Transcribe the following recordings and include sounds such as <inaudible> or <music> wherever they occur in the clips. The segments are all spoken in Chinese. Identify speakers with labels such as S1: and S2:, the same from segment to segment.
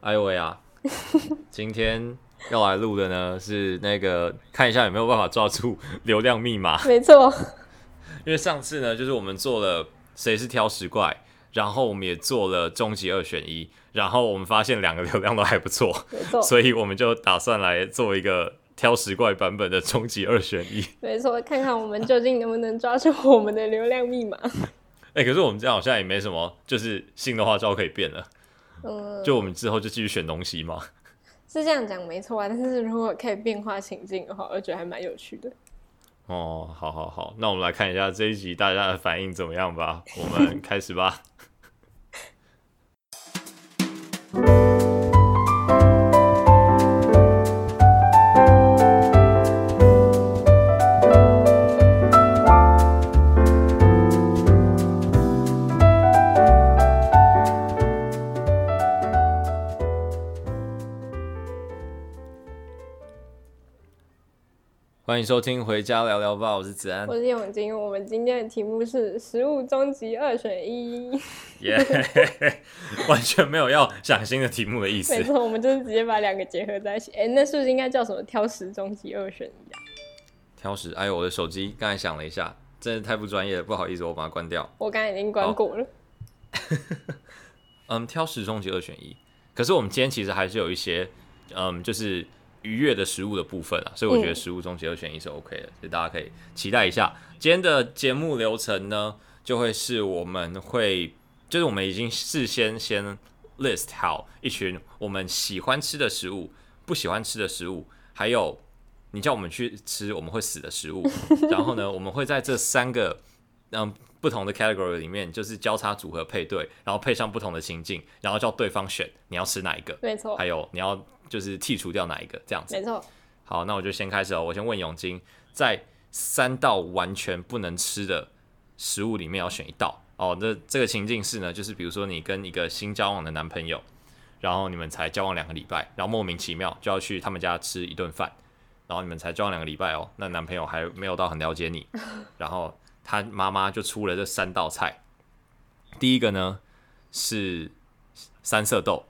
S1: 哎呦喂啊！今天要来录的呢是那个看一下有没有办法抓住流量密码， <laughs>
S2: <laughs> 没错，
S1: 因为上次呢就是我们做了谁是挑食怪，然后我们也做了终极二选一，然后我们发现两个流量都还不错，
S2: 没错，
S1: 所以我们就打算来做一个挑食怪版本的终极二选一。 <laughs>
S2: 没错，看看我们究竟能不能抓住我们的流量密码。 <laughs>
S1: 哎、可是我们这样好像也没什么，就是新的花招可以变了，
S2: 嗯，
S1: 就我们之后就继续选东西嘛。
S2: 是这样讲没错啊，但是如果可以变化情境的话，我觉得还蛮有趣的。
S1: 哦，好好好，那我们来看一下这一集大家的反应怎么样吧。我
S2: <laughs>
S1: 们开始吧。欢迎收听《回家聊聊吧》，我是子安
S2: 我。是永金，我们今天的题目是食物终极二选一。
S1: <laughs>
S2: <laughs>
S1: 耶完全没有要想新的题目的意思
S2: 没。错，我们就是直接把两个结合在一起。哎、那是不是应该叫什么挑食终极二选一啊？
S1: 挑食，哎呦，我的手机刚才响了一下，真的太不专业了，不好意思，我把它关掉。
S2: 我刚才已经关过了。
S1: 嗯，挑食终极二选一。可是我们今天其实还是有一些，嗯，就是愉悦的食物的部分啊，所以我觉得
S2: 嗯
S1: 食物终极二选一是 OK 的，所以大家可以期待一下。今天的节目流程呢，就会是我们会，就是我们已经事先先 list 好一群我们喜欢吃的食物、不喜欢吃的食物，还有你叫我们去吃我们会死的食
S2: <laughs>
S1: 物，然后呢，我们会在这三个嗯不同的 category 里面，就是交叉组合配对，然后配上不同的情境，然后叫对方选你要吃哪一个，
S2: 没错
S1: 还，有你要就是剔除掉哪一个这样子。
S2: 没错，
S1: 好，那我就先开始哦，我先问永金，在三道完全不能吃的食物里面要选一道哦。那这个情境是呢，就是比如说你跟一个新交往的男朋友，然后你们才交往两个礼拜，然后莫名其妙就要去他们家吃一顿饭，然后你们才交往两个礼拜哦，那男朋友还没有到很了解你，然后他妈妈就出了这三道菜，第一个呢是三色豆，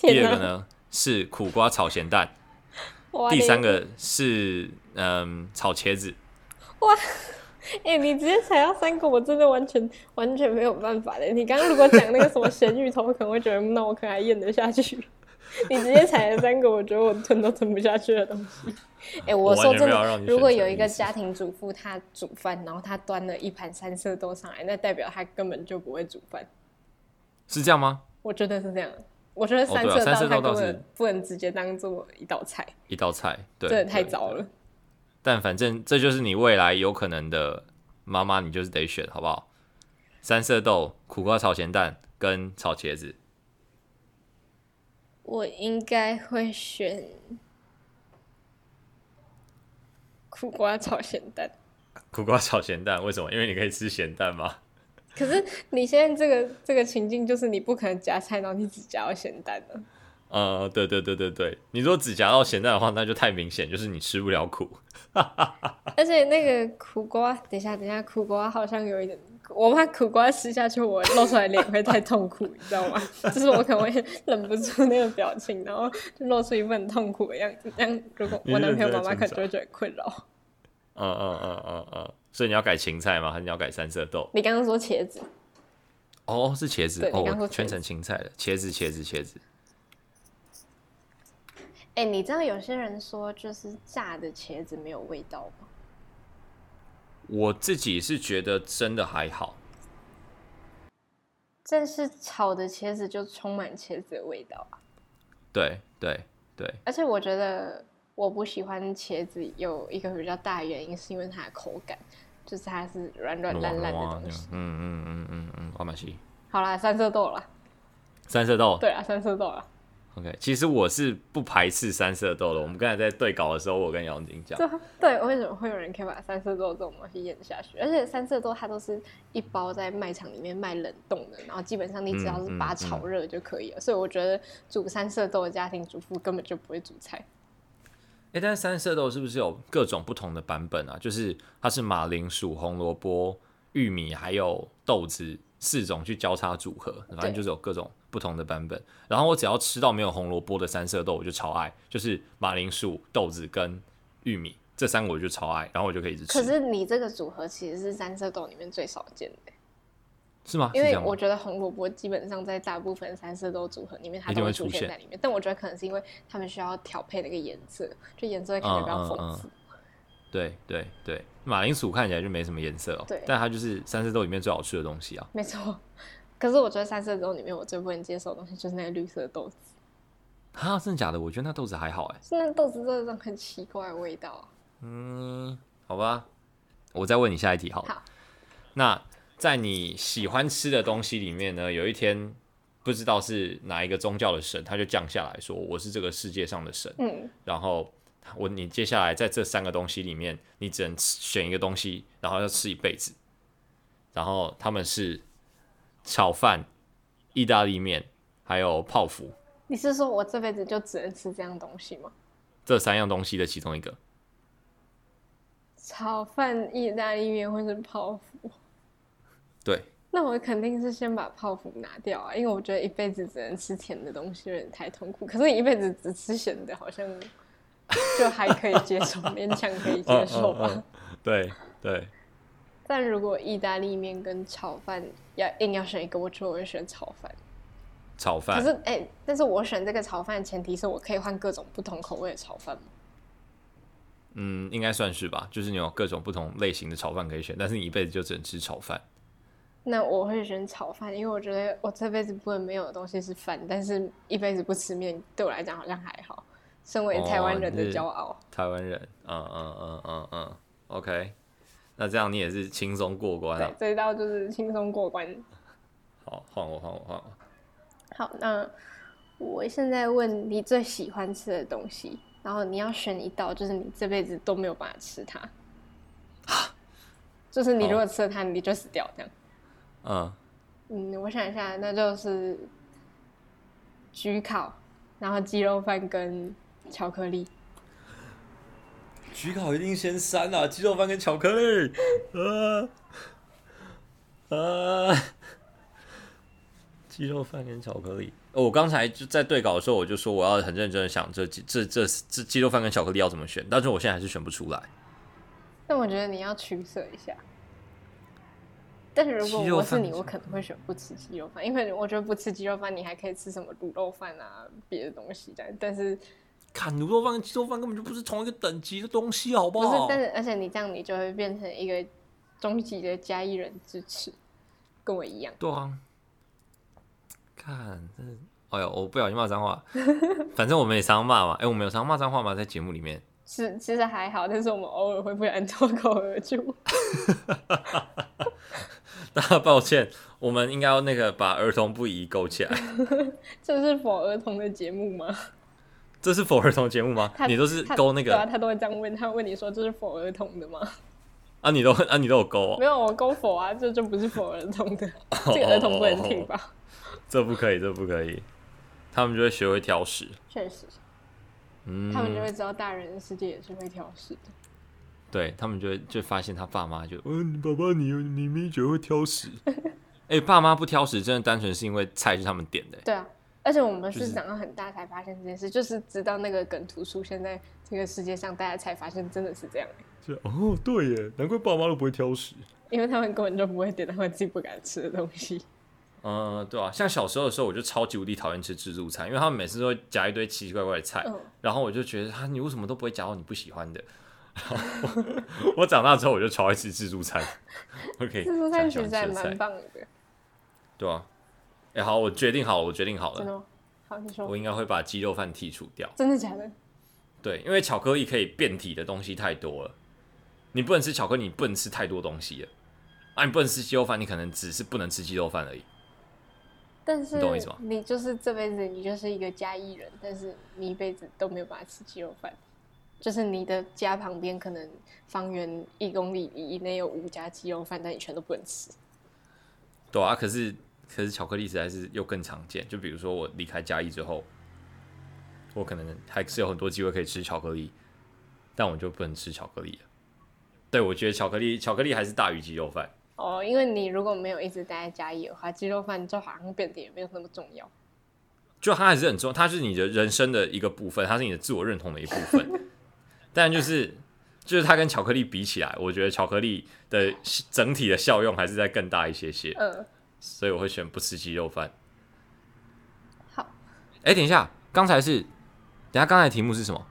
S1: 第
S2: 天
S1: 二
S2: 哪
S1: 个！呢是苦瓜炒咸蛋。
S2: 哇
S1: 第
S2: 你
S1: 三个是嗯炒茄子，
S2: 哎、你直接踩到三个，我真的完全完全没有办法嘞！你刚刚如果讲那个什么咸芋头，我可能会觉得，那我可能还咽得下去。 <laughs> 你直接踩了三个，我觉得我吞都吞不下去的东西。
S1: <laughs>
S2: 哎、
S1: 我
S2: 我
S1: 完
S2: 说
S1: 全
S2: 真
S1: 没有让
S2: 的
S1: 你，
S2: 如果
S1: 选择
S2: 有
S1: 的
S2: 一个
S1: 意思
S2: 家庭主妇，她煮饭，然后她端了一盘三色豆上来，那代表她根本就不会煮饭。
S1: 是这样吗？
S2: 我觉得是这样。我觉得
S1: 哦
S2: 三
S1: 对啊
S2: 色
S1: 三色
S2: 它
S1: 豆倒
S2: 根
S1: 是
S2: 本不能直接当做一道菜，
S1: 一道菜，对，
S2: 真的太
S1: 对
S2: 糟。了。
S1: 但反正这就是你未来有可能的妈妈，你就是得选，好不好？三色豆、苦瓜炒咸蛋跟炒茄子，
S2: 我应该会选苦瓜炒咸蛋。
S1: 苦瓜炒咸蛋为什么？因为你可以吃咸蛋嘛。
S2: 可是你现在这个这个情境，就是你不可能夹菜，然后你只夹到咸蛋了。
S1: 呃，对对对对对，你如果只夹到咸蛋的话，那就太明显，就是你吃不了苦。
S2: 而且那个苦瓜，等一下，等一下，苦瓜好像有一点，我怕苦瓜吃下去，我露出来脸会太痛苦，你知道吗？就是我可能会忍不住那个表情，然后就露出一副很痛苦的样子。这样，如果
S1: 你
S2: 我男朋友
S1: 认真在
S2: 妈妈可能
S1: 挣扎
S2: 就会觉得困扰。
S1: 嗯嗯嗯嗯嗯，所以你要改芹菜吗？还是你要改三色豆？
S2: 你刚刚说茄子，
S1: 哦，是茄子
S2: 对
S1: 哦，
S2: 你刚
S1: 我
S2: 说
S1: 全
S2: 茄子
S1: 成芹菜了，茄子茄子茄子。
S2: 哎、你知道有些人说就是炸的茄子没有味道吗？
S1: 我自己是觉得真的还好，
S2: 但是炒的茄子就充满茄子的味道啊！
S1: 对对对，
S2: 而且我觉得我不喜欢茄子有一个比较大的原因，是因为它的口感，就是它是软软烂烂的东西。
S1: 嗯嗯嗯嗯嗯，阿玛西
S2: 好啦，三色豆啦，
S1: 三色豆
S2: 对啊，三色豆啦， <laughs>
S1: ，OK，其实我是不排斥三色豆的。我们刚才在对稿的时候，我跟杨晶讲
S2: 对，啊对，为什么会有人可以把三色豆这种东西咽下去？而且三色豆它都是一包在卖场里面卖冷冻的，然后基本上你只要是把它炒热就可以了。所以我觉得煮三色豆的家庭主妇根本就不会煮菜。
S1: 哎，但是三色豆是不是有各种不同的版本啊？就是它是马铃薯、红萝卜、玉米还有豆子四种去交叉组合，反正
S2: 对
S1: 就是有各种不同的版本。然后我只要吃到没有红萝卜的三色豆，我就超爱，就是马铃薯、豆子跟玉米这三个我就超爱，然后我就可以一直吃。
S2: 可是你这个组合其实是三色豆里面最少见的，
S1: 是吗？
S2: 因
S1: 啊是这
S2: 为
S1: 样吗
S2: 我觉得红萝卜基本上在大部分三色豆组合里面它
S1: 一定
S2: 都
S1: 会
S2: 会
S1: 出
S2: 出现
S1: 现
S2: 在里面，但我觉得可能是因为他们需要调配那个颜色，就颜色会看起来比
S1: 嗯
S2: 较丰富。
S1: 对对对，马铃薯看起来就没什么颜色哦
S2: 对，
S1: 但它就是三色豆里面最好吃的东西啊。
S2: 没错，可是我觉得三色豆里面我最不能接受的东西就是那个绿色豆子，
S1: 啊，真的假的？我觉得那豆子还好哎。
S2: 是那豆子真的有种很奇怪的味道。啊
S1: 嗯，好吧，我再问你下一题好了。
S2: 好
S1: 那在你喜欢吃的东西里面呢，有一天不知道是哪一个宗教的神，他就降下来说我是这个世界上的神，
S2: 嗯，
S1: 然后我你接下来在这三个东西里面，你只能吃选一个东西，然后要吃一辈子。然后他们是炒饭、意大利面还有泡芙
S2: 你是说我这辈子就只能吃这样东西吗？
S1: 这三样东西的其中一个。
S2: 炒饭、意大利面或是泡芙？
S1: 对，
S2: 那我肯定是先把泡芙拿掉啊，因为我觉得一辈子只能吃甜的东西有点太痛苦。可是，一辈子只吃咸的，好像就还可以接
S1: <laughs>
S2: 受，勉强可以接受吧。
S1: 嗯嗯嗯对对，
S2: <laughs> 但如果意大利面跟炒饭要硬要选一个，我觉得我会选炒饭。
S1: 炒
S2: 可
S1: 饭
S2: 是，哎、但是我选这个炒饭的前提是我可以换各种不同口味的炒饭吗？
S1: 嗯，应该算是吧，就是你有各种不同类型的炒饭可以选，但是你一辈子就只能吃炒饭。
S2: 那我会选炒饭，因为我觉得我这辈子不能没有的东西是饭，但是一辈子不吃面对我来讲好像还好，身
S1: 哦
S2: 为台湾人的骄傲。
S1: 台湾人，嗯嗯嗯嗯嗯，OK，那这样你也是轻松过关
S2: 对
S1: 啊。，
S2: 这一道就是轻松过关。
S1: 好，换我，换我，换我。
S2: 好，那我现在问你最喜欢吃的东西，然后你要选一道，就是你这辈子都没有办法吃它，就是你如果吃了它，你就死掉这样。
S1: 嗯，
S2: 嗯，我想一下，那就是焗烤，然后鸡肉饭跟巧克力。
S1: 焗烤一定先删啊，鸡肉饭跟巧克力。呃呃，鸡肉饭跟巧克力。哦我刚才就在对稿的时候，我就说我要很认真的想这几这这这鸡肉饭跟巧克力要怎么选，但是我现在还是选不出来。
S2: 但我觉得你要取舍一下。但是如果
S1: 鸡肉
S2: 我是
S1: 饭
S2: 你，
S1: 是
S2: 我可能会选不吃鸡肉饭，因为我觉得不吃鸡肉饭，你还可以吃什么卤肉饭啊，别的东西但但是
S1: 看卤肉饭跟鸡肉饭根本就不是同一个等级的东西，好不
S2: 不是
S1: 好？，
S2: 但是而且你这样，你就会变成一个终极的嘉义人支持，跟我一样。
S1: 对啊，看这，哎呦，我不小心骂脏
S2: <laughs>
S1: 话，反正我们也常骂嘛。哎、我们有常骂脏话吗？在节目里面？ <laughs>
S2: 是，其实还好，但是我们偶尔会不然脱口而出。
S1: 大家抱歉，我们应该要那个把儿童不宜勾起
S2: <laughs>
S1: 来。
S2: 这是否儿童的节目吗？
S1: 这是否儿童节目吗
S2: 他？
S1: 你都是
S2: 他
S1: 勾那
S2: 对啊，
S1: 个
S2: 他都会这样问，他会问你说这是否儿童的吗？ <laughs>
S1: 啊？你都啊？你都有勾哦
S2: 没？有，我勾否啊，这就不是否儿童的，这个儿童不能听吧？
S1: <laughs> 这不可以，这不可以。他们就会学会挑食。
S2: 确实，
S1: 嗯，
S2: 他们就会知道大人的世界也是会挑食的。
S1: 对他们就会就发现他爸妈就，嗯、你爸爸你你明觉会挑食。 <laughs> 哎、爸妈不挑食，真的单纯是因为菜是他们点的、欸
S2: 对啊，而且我们
S1: 就是是
S2: 长到很大才发现这件事，就是直到那个梗图出现在这个世界上，大家才发现真的是这样，
S1: 就哦，对耶，难怪爸妈都不会挑食。
S2: 因为他们根本就不会点他们自己不敢吃的东
S1: <laughs>
S2: 西。
S1: 嗯，对啊，像小时候的时候，我就超级无敌讨厌吃自助餐，因为他们每次都会夹一堆奇奇怪怪的菜，
S2: 嗯
S1: 然后我就觉得他、啊你为什么都不会夹到你不喜欢的？ <laughs> 然后我我长大之后，我就超爱吃自助餐。OK，
S2: 自助餐
S1: 想
S2: 其
S1: 喜
S2: 实还
S1: 欢吃的
S2: 蛮
S1: 菜，
S2: 棒的，
S1: 对啊。哎、好，我决定好了，我决定好
S2: 真
S1: 了，
S2: 的吗？嗯好，你
S1: 我
S2: 说，
S1: 应该会把鸡肉饭剔除掉。
S2: 真的假的？
S1: 对，因为巧克力可以变体的东西太多了，你不能吃巧克力，你不能吃太多东西了。啊，你不能吃鸡肉饭，你可能只是不能吃鸡肉饭而已。
S2: 但是
S1: 你懂我意思吗
S2: 你就是这辈子你就是一个家艺人，但是你一辈子都没有办法吃鸡肉饭。就是你的家旁边可能方圆一公里以内有五家鸡肉饭，但你全都不能吃。
S1: 对啊，可是可是巧克力实在是又更常见。就比如说我离开嘉义之后，我可能还是有很多机会可以吃巧克力，但我就不能吃巧克力了。对，我觉得巧克力巧克力还是大于鸡肉饭。
S2: 哦，因为你如果没有一直待在家里的话，鸡肉饭就好像变得也没有那么重要。
S1: 就它还是很重要，它是你的人生的一个部分，它是你的自我认同的一部分。但就是就是它跟巧克力比起来，我觉得巧克力的整体的效用还是在更大一些些，
S2: 嗯，
S1: 所以我会选不吃鸡肉饭。
S2: 好，
S1: 哎、等一下，刚才是，等一下刚才的题目是什么？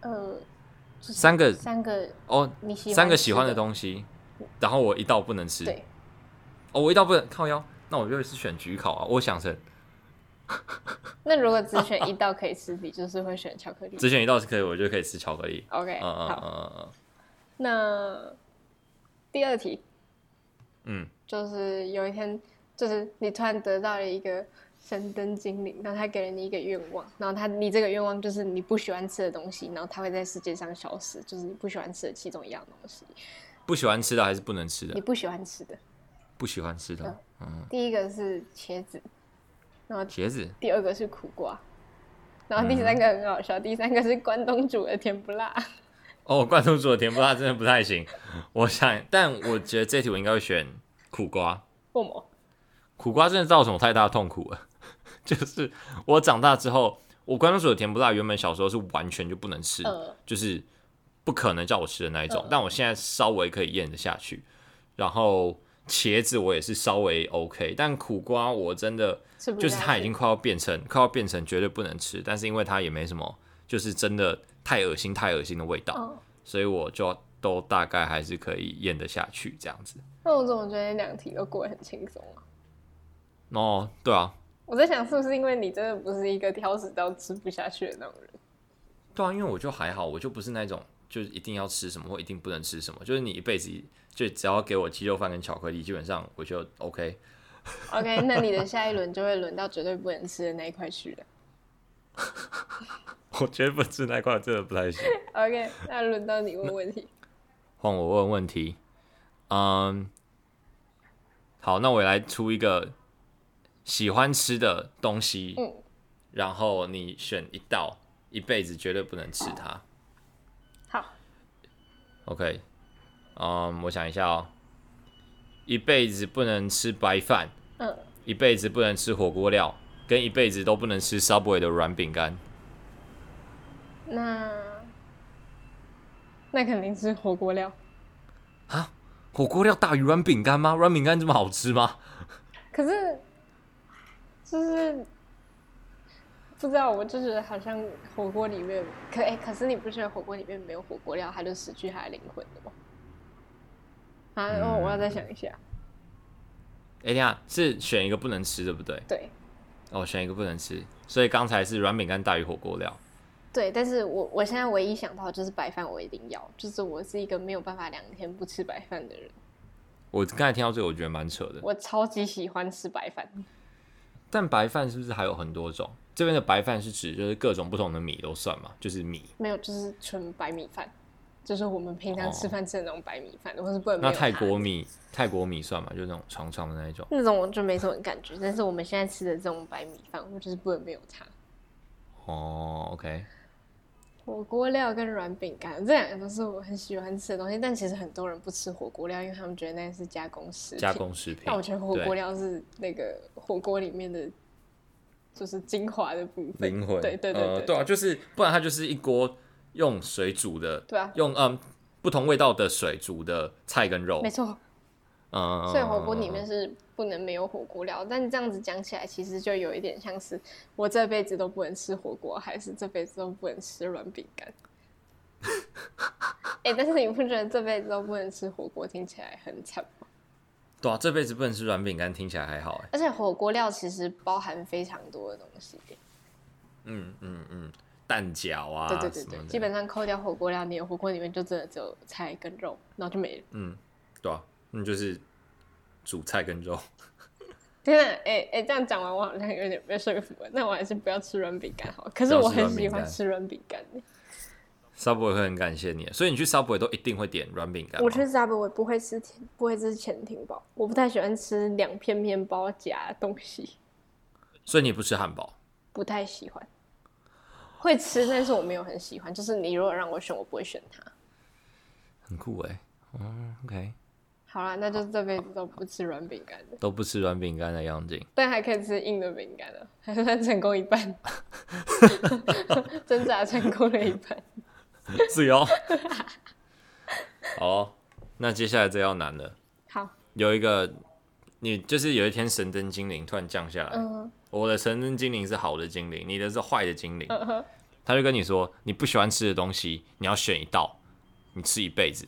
S2: 呃，就是
S1: 三个
S2: 三个
S1: 哦，
S2: 你喜欢
S1: 三个喜欢的
S2: 西，
S1: 东西，然后我一道不能吃。
S2: 对，
S1: 哦，我一道不能靠腰，那我就是选焗烤啊。我想成
S2: 那如果只
S1: <laughs>
S2: 选一道可以吃，你就是会选巧克力。
S1: 只选一道是可以，我就可以吃巧克力。
S2: OK，
S1: 嗯嗯
S2: 好，
S1: 嗯嗯
S2: 那第二题
S1: 嗯，
S2: 就是有一天，就是你突然得到了一个神灯精灵，然后他给了你一个愿望，然后他你这个愿望就是你不喜欢吃的东西，然后它会在世界上消失，就是你不喜欢吃的其中一样东西，
S1: 嗯不喜欢吃的还是不能吃
S2: 你
S1: 的？
S2: 不喜欢吃的。
S1: 不喜欢吃的，嗯，
S2: 第一个是茄子，然后
S1: 茄子
S2: 第二个是苦瓜，然
S1: 嗯
S2: 后第三个很好笑，第三个是关东煮的甜不辣。
S1: 哦，罐头煮的甜不辣真的不太行。 <laughs> 我想，但我觉得这题我应该会选苦瓜。
S2: 为什么？
S1: 苦瓜真的造成我太大的痛苦了。 <laughs> 就是我长大之后，我关东煮的甜不辣原本小时候是完全就不能吃，
S2: 嗯
S1: 就是不可能叫我吃的那一种。
S2: 嗯
S1: 但我现在稍微可以咽得下去。然后茄子我也是稍微 OK，但苦瓜我真的
S2: 吃不
S1: 就是
S2: 下
S1: 它已
S2: 去
S1: 经快要变成快要变成绝对不能吃，但是因为它也没什么，就是真的太恶心太恶心的味道，
S2: 哦
S1: 所以我就都大概还是可以咽得下去这样子。
S2: 那我总觉得两题都过得很轻松啊。
S1: 哦，对啊，
S2: 我在想，是不是因为你真的不是一个挑食到吃不下去的那种人？
S1: 对啊，因为我就还好，我就不是那种就是一定要吃什么或一定不能吃什么，就是你一辈子就只要给我鸡肉饭跟巧克力，基本上我就 OK。 <laughs>
S2: OK，那你的下一轮就会轮到绝对不能吃的那一块去了。
S1: 我觉得不吃那块真的不太行。
S2: OK，那轮到你问问题。
S1: 换我问问题，嗯，好，那我也来出一个喜欢吃的东西，
S2: 嗯
S1: 然后你选一道，一辈子绝对不能吃它。
S2: 好，
S1: OK，嗯，我想一下哦，一辈子不能吃白饭，
S2: 嗯，
S1: 一辈子不能吃火锅料，跟一辈子都不能吃 Subway 的软饼干。
S2: 那那肯定是火锅料。
S1: 火锅料大于软饼干吗？软饼干这么好吃吗？
S2: 可是就是不知道，我就觉得好像火锅里面，可哎、可是你不觉得火锅里面没有火锅料，它就失去它的灵魂了吗？啊，哦，我要再想一下。
S1: 嗯哎、等一下是选一个不能吃，对不对？
S2: 对
S1: 哦，选一个不能吃，所以刚才是软饼干大于火锅料。
S2: 对，但是我我现在唯一想到就是白饭，我一定要，就是我是一个没有办法两天不吃白饭的人，
S1: 我刚才听到这个，我觉得蛮扯的。
S2: 我超级喜欢吃白饭。
S1: 但白饭是不是还有很多种？这边的白饭是指就是各种不同的米都算嘛，就是米。
S2: 没有，就是纯白米饭，就是我们平常吃
S1: 哦
S2: 饭吃的那种白米饭，我是不能没
S1: 那
S2: 有
S1: 泰
S2: 它
S1: 国米，泰国米算嘛，就是那种长长的那一种。
S2: 那种我就没什么感觉，但是我们现在吃的这种白米饭，我就是不能没有它。
S1: 哦，OK，
S2: 火锅料跟软饼干这两个都是我很喜欢吃的东西，但其实很多人不吃火锅料，因为他们觉得那是加工食品。
S1: 加。工食品。
S2: 但我觉得火锅
S1: 对
S2: 料是那个火锅里面的，就是精华的部分。
S1: 灵魂，
S2: 对对对
S1: 呃，对啊，就是不然它就是一锅用水煮的，
S2: 对啊
S1: 用嗯不同味道的水煮的菜跟肉
S2: 没，错。
S1: 嗯，
S2: 所以火锅里面是不能没有火锅料，但这样子讲起来，其实就有一点像是我这辈子都不能吃火锅，还是这辈子都不能吃软饼干。 <laughs> 哎、但是你不觉得这辈子都不能吃火锅听起来很惨吗？
S1: 对啊，这辈子不能吃软饼干，听起来还好哎，
S2: 而且火锅料其实包含非常多的东西，
S1: 嗯嗯嗯，蛋饺啊，
S2: 对对对
S1: 什么
S2: 对，
S1: 的
S2: 基本上扣掉火锅料，你的火锅里面就真的只有菜跟肉，然后就没了。
S1: 对啊，嗯就是煮菜跟肉，
S2: 天啊，哎、哎、这样讲完我好像有点被说服了，那我还是不要吃软饼干好了。可是
S1: 不要
S2: 我
S1: 吃
S2: 很
S1: 软饼
S2: 喜欢
S1: 干
S2: 吃软饼干。
S1: Subway 会很感谢你，啊所以你去 Subway 都一定会点软饼干吗。
S2: 我去 Subway 不会吃甜，不会吃前庭包，我不太喜欢吃两片面包夹东西，
S1: 所以你不吃汉堡，
S2: 不太喜欢。会吃，但是我没有很喜欢。就是你如果让我选，我不会选它。
S1: 欸很酷哎。嗯，OK，
S2: 好啦，那就这辈子都不吃软饼干了，
S1: 都不吃软饼干的杨 <laughs> 景。
S2: 但还可以吃硬的饼干啊，还算成功一半， <laughs> 挣扎成功了一半。 <laughs>
S1: 自由。哦好哦，那接下来这要难了。
S2: 好，
S1: 有一个，你就是有一天神灯精灵突然降下来，
S2: 嗯
S1: 我的神灯精灵是好的精灵，你的是坏的精灵。
S2: 嗯哼，
S1: 他就跟你说，你不喜欢吃的东西，你要选一道，你吃一辈子。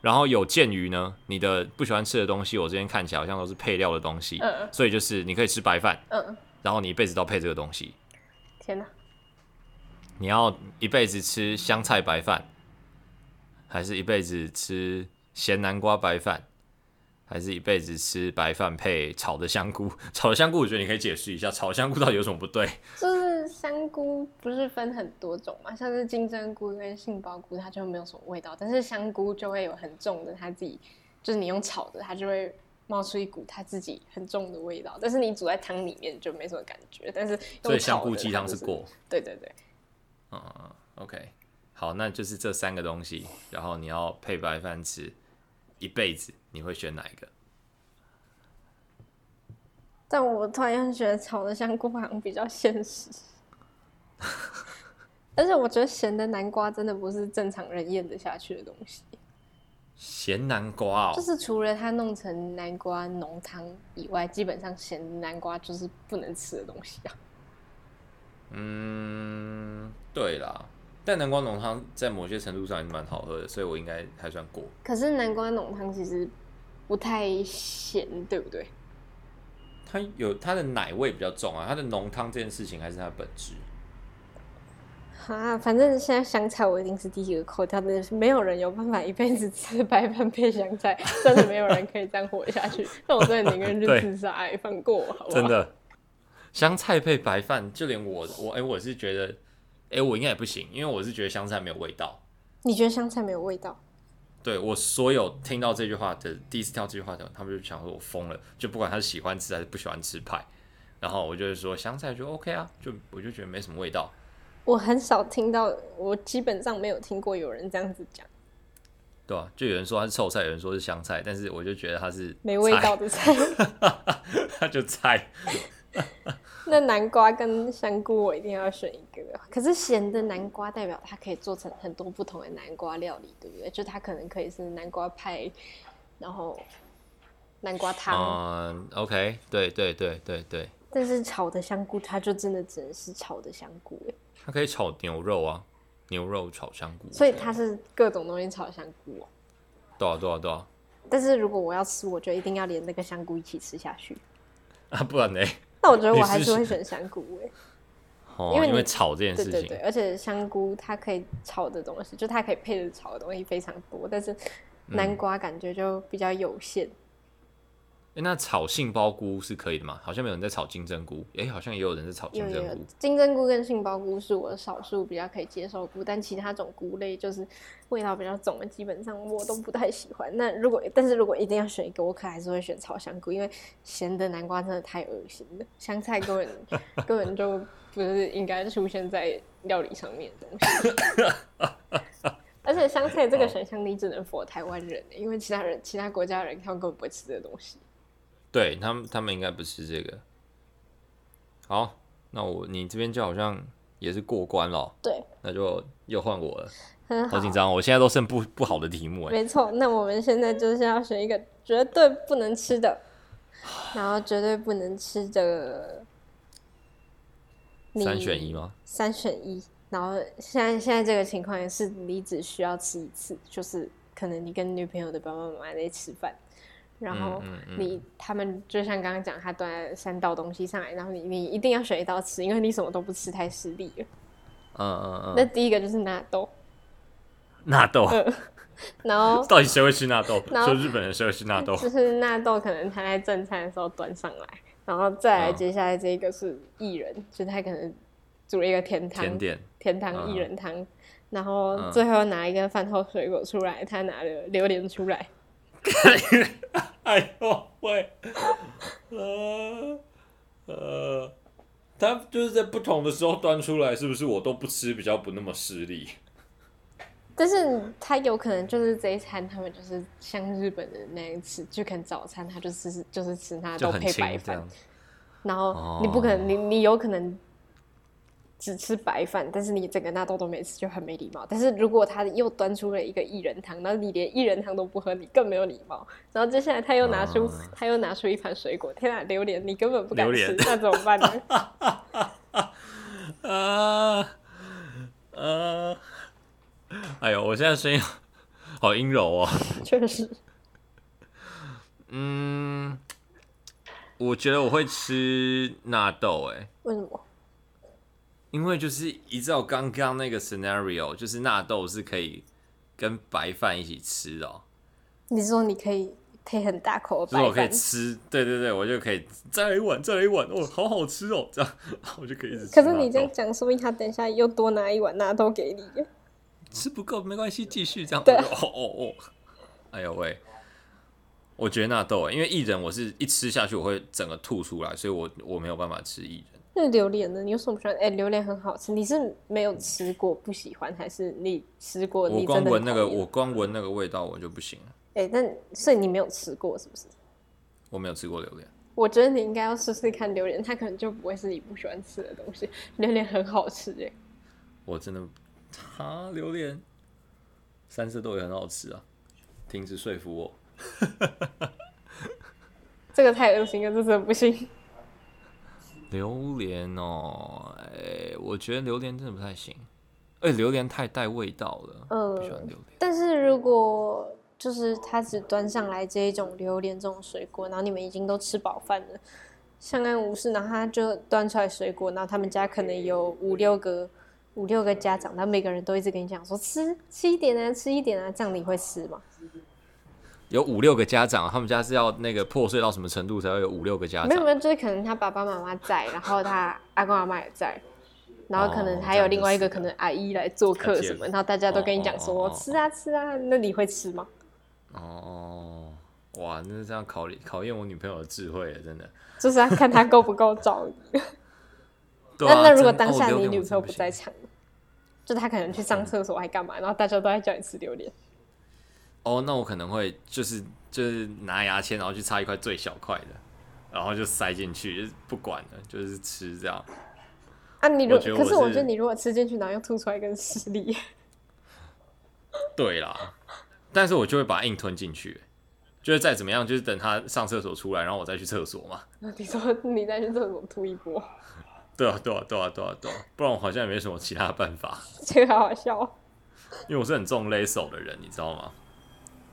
S1: 然后有鉴于呢，你的不喜欢吃的东西，我这边看起来好像都是配料的东西，
S2: 嗯
S1: 所以就是你可以吃白饭，
S2: 嗯，
S1: 然后你一辈子都配这个东西。
S2: 天哪，
S1: 你要一辈子吃香菜白饭，还是一辈子吃咸南瓜白饭，还是一辈子吃白饭配炒的香菇？ <laughs> 炒的香菇，我觉得你可以解释一下，炒香菇到底有什么不对？
S2: 就是香菇不是分很多种嘛，像是金针菇跟杏鲍菇，它就没有什么味道，但是香菇就会有很重的，它自己就是你用炒的，它就会冒出一股它自己很重的味道，但是你煮在汤里面就没什么感觉，但是
S1: 所
S2: 用
S1: 以香
S2: 炒
S1: 菇
S2: 的
S1: 鸡
S2: 它
S1: 汤
S2: 就是
S1: 过。
S2: 对对对，
S1: 嗯嗯嗯，OK，好，那就是这三个东西，然后你要配白饭吃一辈子，你会选哪一个？
S2: 但我突然觉得炒的香菇好像比较现实， <laughs> 但是我觉得咸的南瓜真的不是正常人咽得下去的东西。
S1: 咸南瓜
S2: 就
S1: 哦，
S2: 是除了它弄成南瓜浓汤以外，基本上咸南瓜就是不能吃的东西啊。
S1: 嗯，对啦，但南瓜浓汤在某些程度上还是蛮好喝的，所以我应该还算过。
S2: <laughs> 可是南瓜浓汤其实不太咸，对不对？
S1: 它有它的奶味比较重啊，它的浓汤这件事情还是它的本质。
S2: 啊，反正现在香菜我一定是第一个扣掉的，没有人有办法一辈子吃白饭配香菜，真的没有人可以这样活下去。那我真的宁愿去
S1: 对
S2: 自杀，哎放过我好不好？
S1: 真的，香菜配白饭，就连我我哎、我是觉得，哎、我应该也不行，因为我是觉得香菜没有味道。
S2: 你觉得香菜没有味道？
S1: 对我所有听到这句话的第一次听到这句话的人，他们就想说我疯了，就不管他是喜欢吃还是不喜欢吃派，然后我就是说香菜就 OK 啊，就我就觉得没什么味道。
S2: 我很少听到，我基本上没有听过有人这样子讲
S1: 对啊，就有人说它是臭菜，有人说是香菜，但是我就觉得它是
S2: 没味道的菜。
S1: 菜， <laughs> 它就菜。
S2: 那南瓜跟香菇我一定要选一个，可是咸的南瓜代表它可以做成很多不同的南瓜料理，对不对？就它可能可以是南瓜派，然后南瓜汤，
S1: 嗯，OK，对对对对对，
S2: 但是炒的香菇它就真的只能是炒的香菇，哎
S1: 它可以炒牛肉啊，牛肉炒香菇。
S2: 所以它是各种东西炒香菇哦。
S1: 对啊对啊对啊
S2: 但是如果我要吃，我就一定要连那个香菇一起吃下去。
S1: 啊，不然呢？
S2: 那我觉得
S1: 你
S2: 我
S1: 是
S2: 还是会选香菇哎，
S1: 哦，
S2: 因
S1: 因
S2: 为
S1: 为
S2: 你
S1: 炒这件
S2: 对
S1: 事
S2: 对
S1: 情，
S2: 对，而且香菇它可以炒的东西，就它可以配着炒的东西非常多，但是
S1: 嗯
S2: 南瓜感觉就比较有限。
S1: 诶那炒杏鲍菇是可以的吗？好像没有人在炒金针菇，哎、好像也有人在炒
S2: 有
S1: 金
S2: 有
S1: 针
S2: 有
S1: 菇。，
S2: 金针菇跟杏鲍菇是我少数比较可以接受的菇，但其他种菇类就是味道比较重的，基本上我都不太喜欢。那如果但是如果一定要选一个，我可能还是会选炒香菇，因为咸的南瓜真的太恶心了，香菜根本根本就不是应该出现在料理上面的东西。而且香菜这个选项你只能佛台湾人，欸因为其他人其他国家人他们根本不会吃这个东西。
S1: 对他们，他们应该不吃这个。好，那我你这边就好像也是过关了，
S2: 对，
S1: 那就又换我了，
S2: 很
S1: 好
S2: 好
S1: 紧。张哦，我现在都剩不不好的题目哎。
S2: 没错，那我们现在就是要选一个绝对不能吃的，然后绝对不能吃的。你
S1: 三选一？吗？
S2: 三选一。然后现在现在这个情况也是，你只需要吃一次，就是可能你跟女朋友的爸爸妈妈在吃饭，然后
S1: 嗯嗯嗯
S2: 你、他们就像刚刚讲，他端了三道东西上来，然后你你一定要选一道吃，因为你什么都不吃太失礼了。
S1: 嗯嗯
S2: 那
S1: 嗯，
S2: 第一个就是纳豆，
S1: 纳豆，啊
S2: 然后
S1: 到底谁会吃纳豆？
S2: 嗯 <laughs> 然
S1: 说
S2: 后
S1: 日本人谁会吃纳豆？
S2: 就是纳豆可能他在正餐的时候端上来，然后再来
S1: 嗯
S2: 接下来这个是薏仁，就是他可能煮了一个甜汤，
S1: 甜点，
S2: 甜汤
S1: 嗯
S2: 薏仁汤，然后
S1: 嗯
S2: 最后拿一个饭后水果出来，他拿了榴莲出来，
S1: 哎呦喂，呃呃，他就是在不同的时候端出来，是不是我都不吃，比较不那么失礼？
S2: 但是他有可能就是这一餐，他们就是像日本人那样吃，就可能早餐他就吃就是吃纳
S1: 就
S2: 豆
S1: 很
S2: 配
S1: 轻
S2: 白
S1: 这
S2: 饭
S1: 样，。
S2: 然后你不可
S1: 哦
S2: 能，你你有可能只吃白饭，但是你整个纳豆都没吃，就很没礼貌。但是如果他又端出了一个薏仁汤，然后你连薏仁汤都不喝，你更没有礼貌。然后接下来他又拿出、
S1: 嗯
S2: 他又拿出一盘水果，天啊，榴莲，你根本不敢
S1: 榴
S2: 吃
S1: 莲，
S2: 那怎么
S1: <laughs>
S2: 办呢？
S1: 呃呃，哎呦，我现在声音好阴柔哦。
S2: 确实，
S1: 嗯，我觉得我会吃纳豆、哎，
S2: 为什么？
S1: 因为就是依照刚刚那个 scenario，就是纳豆是可以跟白饭一起吃的、哦，
S2: 你说你可以配很大口的
S1: 就是我
S2: 白
S1: 可以
S2: 饭，
S1: 吃，对对对，我就可以再来一碗，再来一碗，哦，好好吃哦，这样 <laughs> 我就可以一直吃
S2: 可
S1: 纳豆。
S2: 是你这样讲，说不定他等一下又多拿一碗纳豆给你。
S1: 吃不够没关系，继续这样。
S2: 对
S1: 我就 <laughs> 哦哦哦，哎呦喂！我觉得纳豆欸，因为薏仁我是一吃下去我会整个吐出来，所以我我没有办法吃薏仁。
S2: 那榴莲呢？你有什么不喜欢？哎、榴莲很好吃，你是没有吃过不喜欢，还是你吃过
S1: 我
S2: 你
S1: 光
S2: 真的
S1: 闻那个，
S2: 很讨厌
S1: 我光闻那个味道我就不行了。
S2: 哎、但所以你没有吃过是不是？
S1: 我没有吃过榴莲，
S2: 我觉得你应该要试试看榴莲，它可能就不会是你不喜欢吃的东西。榴莲很好吃哎、
S1: 我真的啊，榴莲三色豆也很好吃啊。停止说服我，
S2: 这个太恶心了，这真的不行。
S1: 榴莲哦，哎、我觉得榴莲真的不太行，哎、榴莲太带味道了，
S2: 嗯
S1: 不喜欢榴莲。
S2: 但是如果就是它只端上来这一种榴莲这种水果，然后你们已经都吃饱饭了，相安无事，然后他就端出来水果，然后他们家可能有五六个五六个家长，他每个人都一直跟你讲说吃吃一点啊，吃一点啊，这样你会吃吗？
S1: 有五六个家长，他们家是要那个破碎到什么程度才会有五六个家
S2: 没有
S1: 长？
S2: 没有，就是可能他爸爸妈妈在，然后他阿公阿妈也在，然后可能
S1: 哦
S2: 还有另外一
S1: 这
S2: 个
S1: 样就
S2: 可
S1: 是
S2: 能阿姨来做客什么，然后大家都跟你讲
S1: 哦
S2: 说
S1: 哦哦哦
S2: 吃啊吃啊，那你会吃吗？
S1: 哦，哇，那这样考考验我女朋友的智慧了，真的。
S2: 就是要看他够不够找你。
S1: 对
S2: <laughs> 那
S1: 啊
S2: 那如果
S1: 真
S2: 当
S1: 哦
S2: 下
S1: 榴
S2: 你
S1: 莲
S2: 女
S1: 我
S2: 朋
S1: 真
S2: 友
S1: 的不
S2: 不在
S1: 行
S2: 场，就她可能去上厕所还干嘛，然后大家都在叫你吃榴莲，
S1: 哦，那我可能会就是就是拿牙签，然后去插一块最小块的，然后就塞进去，就是不管了，就是吃这样。
S2: 啊你如
S1: 我觉得
S2: 可
S1: 我
S2: 是我
S1: 是
S2: 觉得你如果吃进去然后又吐出来跟屎一样，
S1: 对啦，但是我就会把它硬吞进去，就是再怎么样，就是等她上厕所出来，然后我再去厕所嘛。
S2: 然后 <laughs> 你说你再去厕所吐一波， <laughs>
S1: 对啊，对啊，对啊，对啊，对啊，不然我好像也没什么其他的办法。
S2: 这个好好笑哦、
S1: 因为我是很重勒手的人，你知道吗？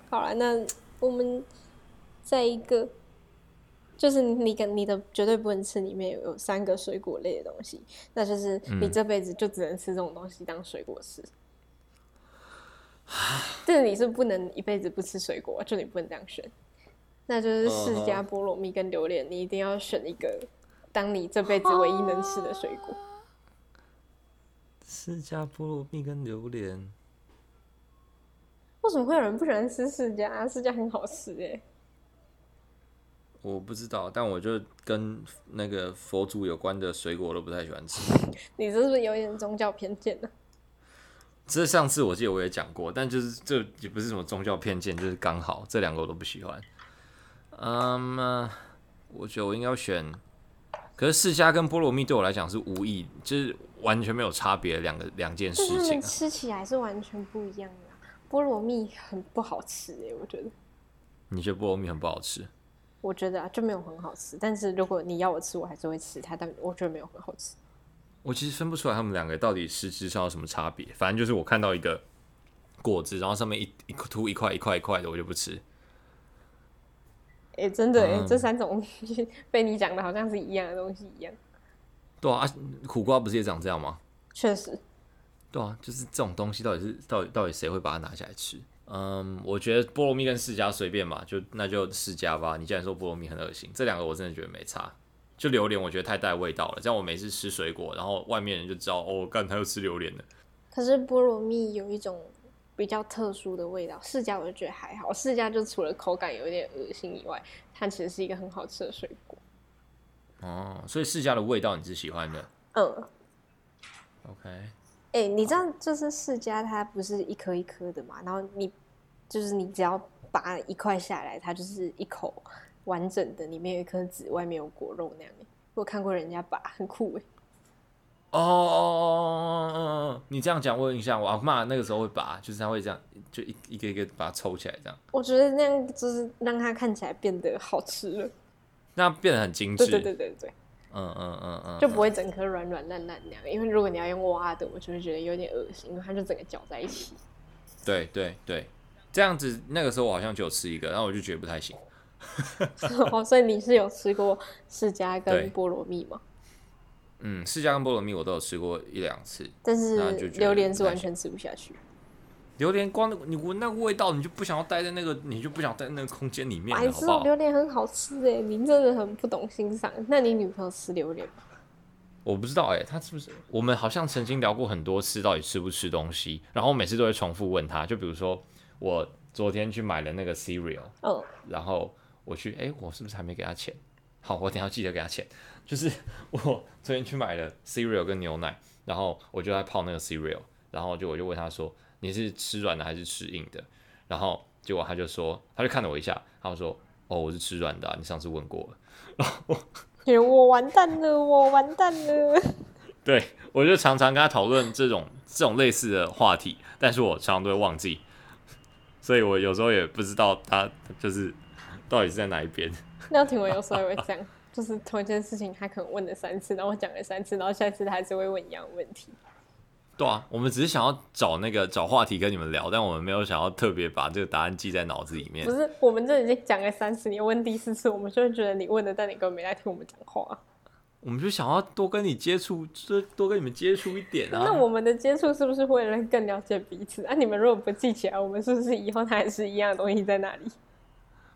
S2: 好了，那我们在一个就是你跟你的绝对不能吃里面有有三个水果类的东西，那就是你这辈子就只能吃这种东西当水果吃。这你是不能一辈子不吃水果，就你不能这样选。那就是释迦菠萝蜜跟榴莲，你一定要选一个当你这辈子唯一能吃的水果。
S1: 释迦菠萝蜜跟榴莲，
S2: 为什么会有人不喜欢吃释迦、啊？释迦很好吃哎、
S1: 我不知道，但我就跟那个佛祖有关的水果我都不太喜欢吃。
S2: 你这是不是有点宗教偏见啊呢、
S1: 这上次我记得我也讲过，但就是这也不是什么宗教偏见，就是刚好这两个我都不喜欢。嗯、呃我觉得我应该要选，可是释迦跟菠萝蜜对我来讲是无意，就是完全没有差别的两个两件事
S2: 但是它
S1: 情
S2: 们
S1: 啊、
S2: 吃起来是完全不一样的啊、菠萝蜜很不好吃哎、我觉得，
S1: 你觉得菠萝蜜很不好吃？
S2: 我觉得啊就没有很好吃。但是如果你要我吃，我还是会吃它，但我觉得没有很好吃。
S1: 我其实分不出来他们两个到底实质上有什么差别。反正就是我看到一个果子，然后上面一一凸一块一块一块的，我就不吃。
S2: 哎、真的哎、
S1: 嗯
S2: 这三种 <laughs> 东西被你讲的好像是一样的东西一样，
S1: 对啊，啊苦瓜不是也长这样吗？
S2: 确实。
S1: 对啊，就是这种东西到底是到底到底谁会把它拿下来吃？嗯，我觉得菠萝蜜跟释迦随便吧，就那就释迦吧。你既然说菠萝蜜很恶心，这两个我真的觉得没差。就榴莲，我觉得太带味道了。这样我每次吃水果，然后外面人就知道哦，干他又吃榴莲了。
S2: 可是菠萝蜜有一种比较特殊的味道，释迦我就觉得还好，释迦就除了口感有点恶心以外，它其实是一个很好吃的水果。
S1: 哦，所以释迦的味道你是喜欢的。
S2: 嗯，
S1: OK，
S2: 哎、哎、你知道就是释迦它不是一颗一颗的嘛，然后你就是你只要拔一块下来，它就是一口完整的，里面有一颗籽，外面有果肉那样欸。我有看过人家拔，很酷哎。
S1: 哦哦哦哦哦哦！你这样讲我有印象，我阿妈那个时候会拔，就是她会这样，就一一个一个把它抽起来这样，
S2: 我觉得那样就是让它看起来变得好吃了。
S1: 那变得很精致。
S2: 对对对对对，
S1: 嗯嗯嗯嗯，
S2: 就不会整颗软软烂烂那样。因为如果你要用挖的，我就会觉得有点恶心，因为它就整个搅在
S1: <laughs>
S2: 一起。
S1: 对对对，这样子那个时候我好像就有吃一个，然后我就觉得不太行。
S2: 哦，所以你是有吃过释迦
S1: 对
S2: 跟菠萝蜜吗？
S1: 嗯，释迦跟菠萝蜜我都有吃过一两次，
S2: 但
S1: 那
S2: 是
S1: 就觉得
S2: 榴莲是
S1: 不太
S2: 完全吃不下去。
S1: 榴莲光那个你闻那个味道，你就不想要待在那个，你就不想待在那个空间里面
S2: 白
S1: 了，好
S2: 痴
S1: 不
S2: 哦，
S1: 好？
S2: 榴莲很好吃哎，您真的很不懂欣赏。那你女朋友吃榴莲吗？
S1: 我不知道哎、他是不是？我们好像曾经聊过很多次，到底吃不吃东西，然后我每次都会重复问他，就比如说我昨天去买了那个 cereal，
S2: 嗯，
S1: 然后我去，哎、我是不是还没给他钱？ <laughs> 好，我等一下记得给他钱。 <laughs> 就是我昨天去买了 cereal 跟牛奶，然后我就在泡那个 cereal，然后就我就问他说你是吃软的还是吃硬的？然后结果他就说，他就看了我一下，他就说哦，我是吃软的啊、你上次问过了。
S2: 觉得我完蛋了，我完蛋了。
S1: 对，我就常常跟他讨论这种这种类似的话题，但是我常常都会忘记，所以我有时候也不知道他就是到底是在哪一边。
S2: 廖廷文有时候也会这样，就是同一件事情，他可能问了三次，然后我讲了三次，然后下一次他还是会问一样的问题。
S1: 对啊，我们只是想要找那个找话题跟你们聊，但我们没有想要特别把这个答案记在脑子里面
S2: 不。是，我们这已经讲了三次，你问第四次，我们就会觉得你问的，但你根本没在听我们讲话。啊
S1: 我们就想要多跟你接触，多多跟你们接触一点啊。
S2: 那我们的接触是不是为了更了解彼此？啊，你们如果不记起来，我们是不是以后它还是一样的东西在那里？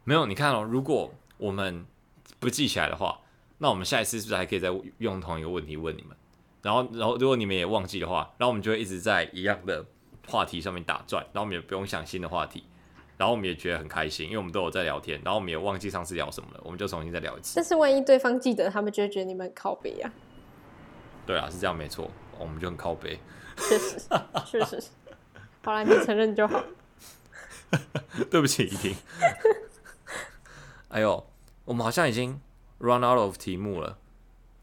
S1: 没有，你看哦，如果我们不记起来的话，那我们下一次是不是还可以再用同一个问题问你们？然后，然后如果你们也忘记的话，然后我们就会一直在一样的话题上面打转，然后我们也不用想新的话题，然后我们也觉得很开心，因为我们都有在聊天，然后我们也忘记上次聊什么了，我们就重新再聊一次。
S2: 但是万一对方记得，他们就会觉得你们很靠北啊呀、
S1: 对啊，是这样没错，我们就很靠背。
S2: 确实，确实。好啦，你承认就好。
S1: 对不起，怡婷。哎呦，我们好像已经 run out of 题目了，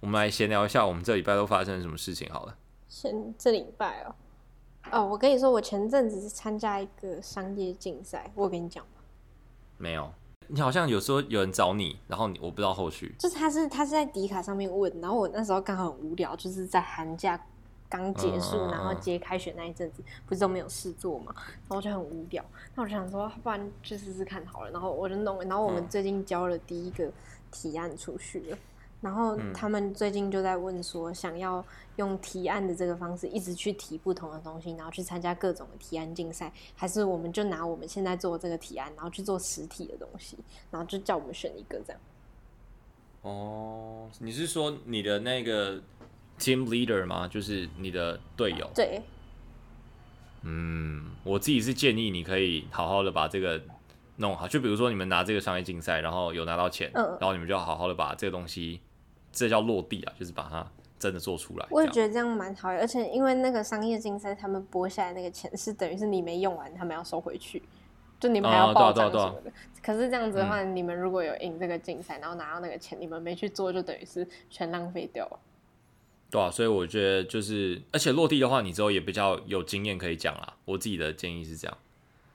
S1: 我们来闲聊一下我们这礼拜都发生了什么事情好了。
S2: 前这礼拜哦，哦，我跟你说，我前阵子是参加一个商业竞赛，我有跟你讲吗？
S1: 没有，你好像有时候有人找你，然后你我不知道后续。
S2: 就是他是他是在迪卡上面问，然后我那时候刚好很无聊，就是在寒假刚结束，
S1: 嗯嗯嗯
S2: 然后接开学那一阵子，不是都没有事做嘛，然后就很无聊，那我就想说，不然去试试看好了，然后我就弄了，然后我们
S1: 嗯
S2: 最近交了第一个提案出去了。然后
S1: 嗯
S2: 他们最近就在问说，想要用提案的这个方式，一直去提不同的东西，然后去参加各种的提案竞赛，还是我们就拿我们现在做的这个提案，然后去做实体的东西，然后就叫我们选一个这样。
S1: 哦，你是说你的那个 team leader 吗？就是你的队友？
S2: 对，
S1: 嗯，我自己是建议你可以好好的把这个弄好，就比如说你们拿这个商业竞赛，然后有拿到钱，
S2: 嗯
S1: 然后你们就要好好的把这个东西，这叫落地啊，就是把它真的做出来。
S2: 我也
S1: 这样
S2: 觉得这样蛮好的，而且因为那个商业竞赛，他们拨下来那个钱是等于是你没用完，他们要收回去，就你们还
S1: 哦对
S2: 要
S1: 啊
S2: 报
S1: 对啊
S2: 账
S1: 对啊嗯
S2: 什么的。可是这样子的话，你们如果有赢这个竞赛，然后拿到那个钱，你们没去做，就等于是全浪费掉了。
S1: 对啊，所以我觉得就是，而且落地的话，你之后也比较有经验可以讲啦。我自己的建议是这样。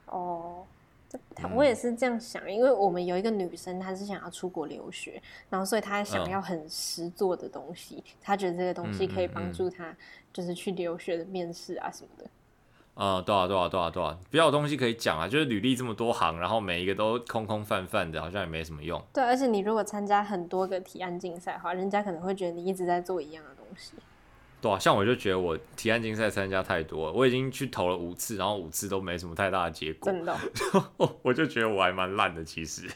S2: 哦，这他
S1: 嗯
S2: 我也是这样想，因为我们有一个女生，她是想要出国留学，然后所以她想
S1: 嗯
S2: 要很实做的东西，她觉得这个东西
S1: 嗯
S2: 可以
S1: 嗯
S2: 帮
S1: 嗯
S2: 助她，就是去留学的面试啊什么的。
S1: 啊、对啊，对啊，对啊，对啊，比较有东西可以讲啊，就是履历这么多行，然后每一个都空空泛泛的，好像也没什么用。
S2: 对，而且你如果参加很多个提案竞赛的话，人家可能会觉得你一直在做一样的东西。
S1: 对啊，像我就觉得我提案竞赛参加太多了，我已经去投了五次，然后五次都没什么太大的结果，
S2: 真的哦，
S1: <laughs> 我就觉得我还蛮烂的。其实，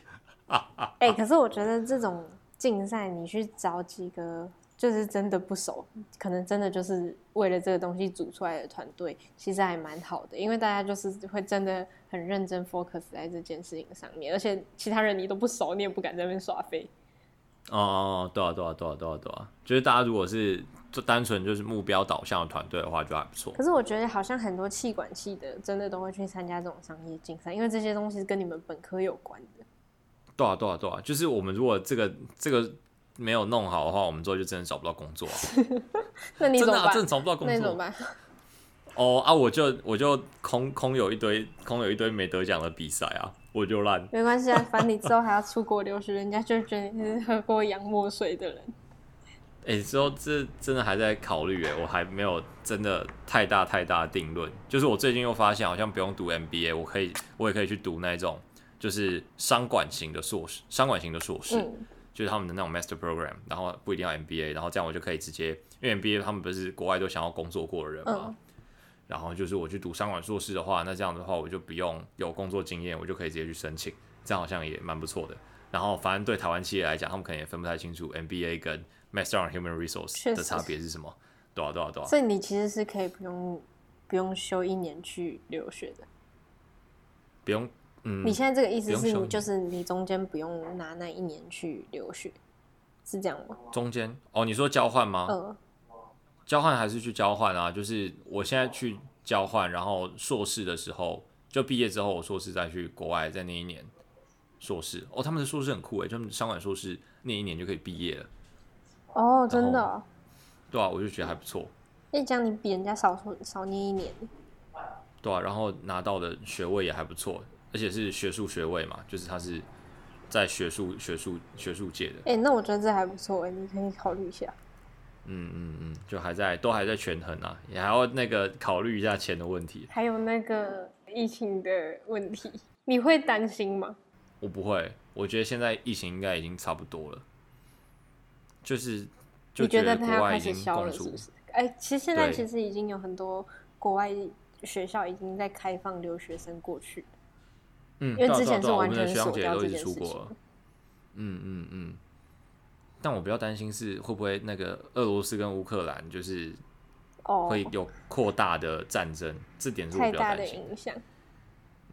S2: 哎、可是我觉得这种竞赛，你去找几个就是真的不熟，可能真的就是为了这个东西组出来的团队，其实还蛮好的，因为大家就是会真的很认真 focus 在这件事情上面，而且其他人你都不熟，你也不敢在那边耍飞。
S1: 哦哦，对啊，对啊，对啊，对啊，对啊，就是大家如果是就单纯就是目标导向的团队的话，就还不错。
S2: 可是我觉得好像很多气管系的真的都会去参加这种商业竞赛，因为这些东西是跟你们本科有关的。
S1: 对啊，对啊，对啊，就是我们如果这个这个没有弄好的话，我们之后就真的找不到工作、啊，
S2: 那你
S1: 真
S2: 怎么
S1: 的、啊、
S2: 办？
S1: 真的找不到工
S2: 那你怎么
S1: 作。
S2: 办？
S1: 哦啊，我就我就空空有一堆空有一堆没得奖的比赛啊，我就烂。
S2: 没关系啊，反正你之后还要出国留学，人家就觉得你是喝过洋墨水的人。
S1: 哎、之后这真的还在考虑哎，我还没有真的太大太大的定论。就是我最近又发现，好像不用读 MBA，我可以我也可以去读那种就是商管型的硕士，商管型的硕士。
S2: 嗯，
S1: 就是他们的那种 master program，然后不一定要 MBA，然后这样我就可以直接，因为 MBA 他们不是国外都想要工作过的人嘛，
S2: 嗯
S1: 然后就是我去读商管硕士的话，那这样的话我就不用有工作经验，我就可以直接去申请，这样好像也蛮不错的。然后反正对台湾企业来讲，他们可能也分不太清楚 MBA 跟 master on human
S2: 确
S1: resource
S2: 实
S1: 的差别是什么，对啊对啊对啊，
S2: 所以你其实是可以不用不用修一年去留学的。
S1: 不用嗯
S2: 你现在这个意
S1: 不
S2: 思
S1: 用
S2: 是
S1: 修一
S2: 你
S1: 年
S2: 就是你中间不用拿那一年去留学，是这样吗？
S1: 中间哦，你说交换吗？
S2: 嗯，
S1: 交换还是去交换啊，就是我现在去交换，然后硕士的时候就毕业之后，我硕士再去国外再念一年硕士。哦，他们的硕士很酷诶，他们商管硕士念一年就可以毕业了，
S2: 哦，真的哦、
S1: 对啊，我就觉得还不错，
S2: 那这样你比人家少说少念一年。
S1: 对啊，然后拿到的学位也还不错，而且是学术学位嘛，就是他是在学术学术学术界的，
S2: 哎、那我觉得这还不错哎、你可以考虑一下。
S1: 嗯嗯嗯，就还在都还在权衡啊，也还要那个考虑一下钱的问题。
S2: 还有那个疫情的问题，你会担心吗？
S1: 我不会，我觉得现在疫情应该已经差不多了，就是就
S2: 你觉
S1: 得
S2: 得它
S1: 国
S2: 要
S1: 外
S2: 开
S1: 已
S2: 始
S1: 经
S2: 消
S1: 共
S2: 了，是
S1: 处
S2: 不，是？哎、其实现在
S1: 对
S2: 其实已经有很多国外学校已经在开放留学生过去，
S1: 嗯，
S2: 因为
S1: 对啊
S2: 之
S1: 对啊
S2: 前是
S1: 对啊我
S2: 完
S1: 们的
S2: 全
S1: 学长
S2: 锁
S1: 姐
S2: 掉
S1: 都
S2: 这
S1: 已经
S2: 件
S1: 出
S2: 事
S1: 国
S2: 情
S1: 了，嗯嗯嗯，但我比较担心是会不会那个俄罗斯跟乌克兰就是
S2: 哦，
S1: 会有扩大的战争，这点是我
S2: 太
S1: 比较
S2: 大
S1: 担
S2: 的
S1: 心。
S2: 影响。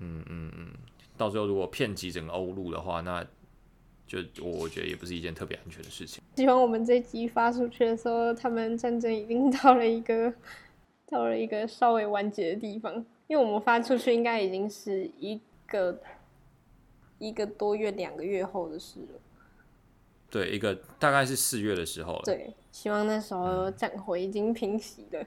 S1: 嗯嗯嗯，到最后如果遍及整个欧陆的话，那就我我觉得也不是一件特别安全的事情。
S2: 希望我们这集发出去的时候，他们战争已经 <laughs> 到了一个到了一个稍微完结的地方，因为我们发出去应该已经是一个一个多月、两个月后的事了。
S1: 对，一个大概是四月的时候了。
S2: 对，希望那时候战火已经平息了。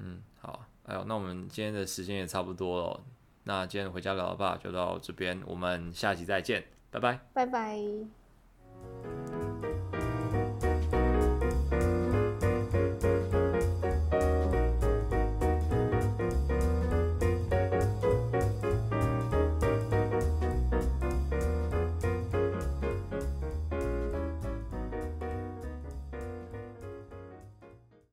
S1: 嗯，好，哎呦，那我们今天的时间也差不多了，那今天回家聊吧就到这边，我们下期再见，拜拜。
S2: 拜拜。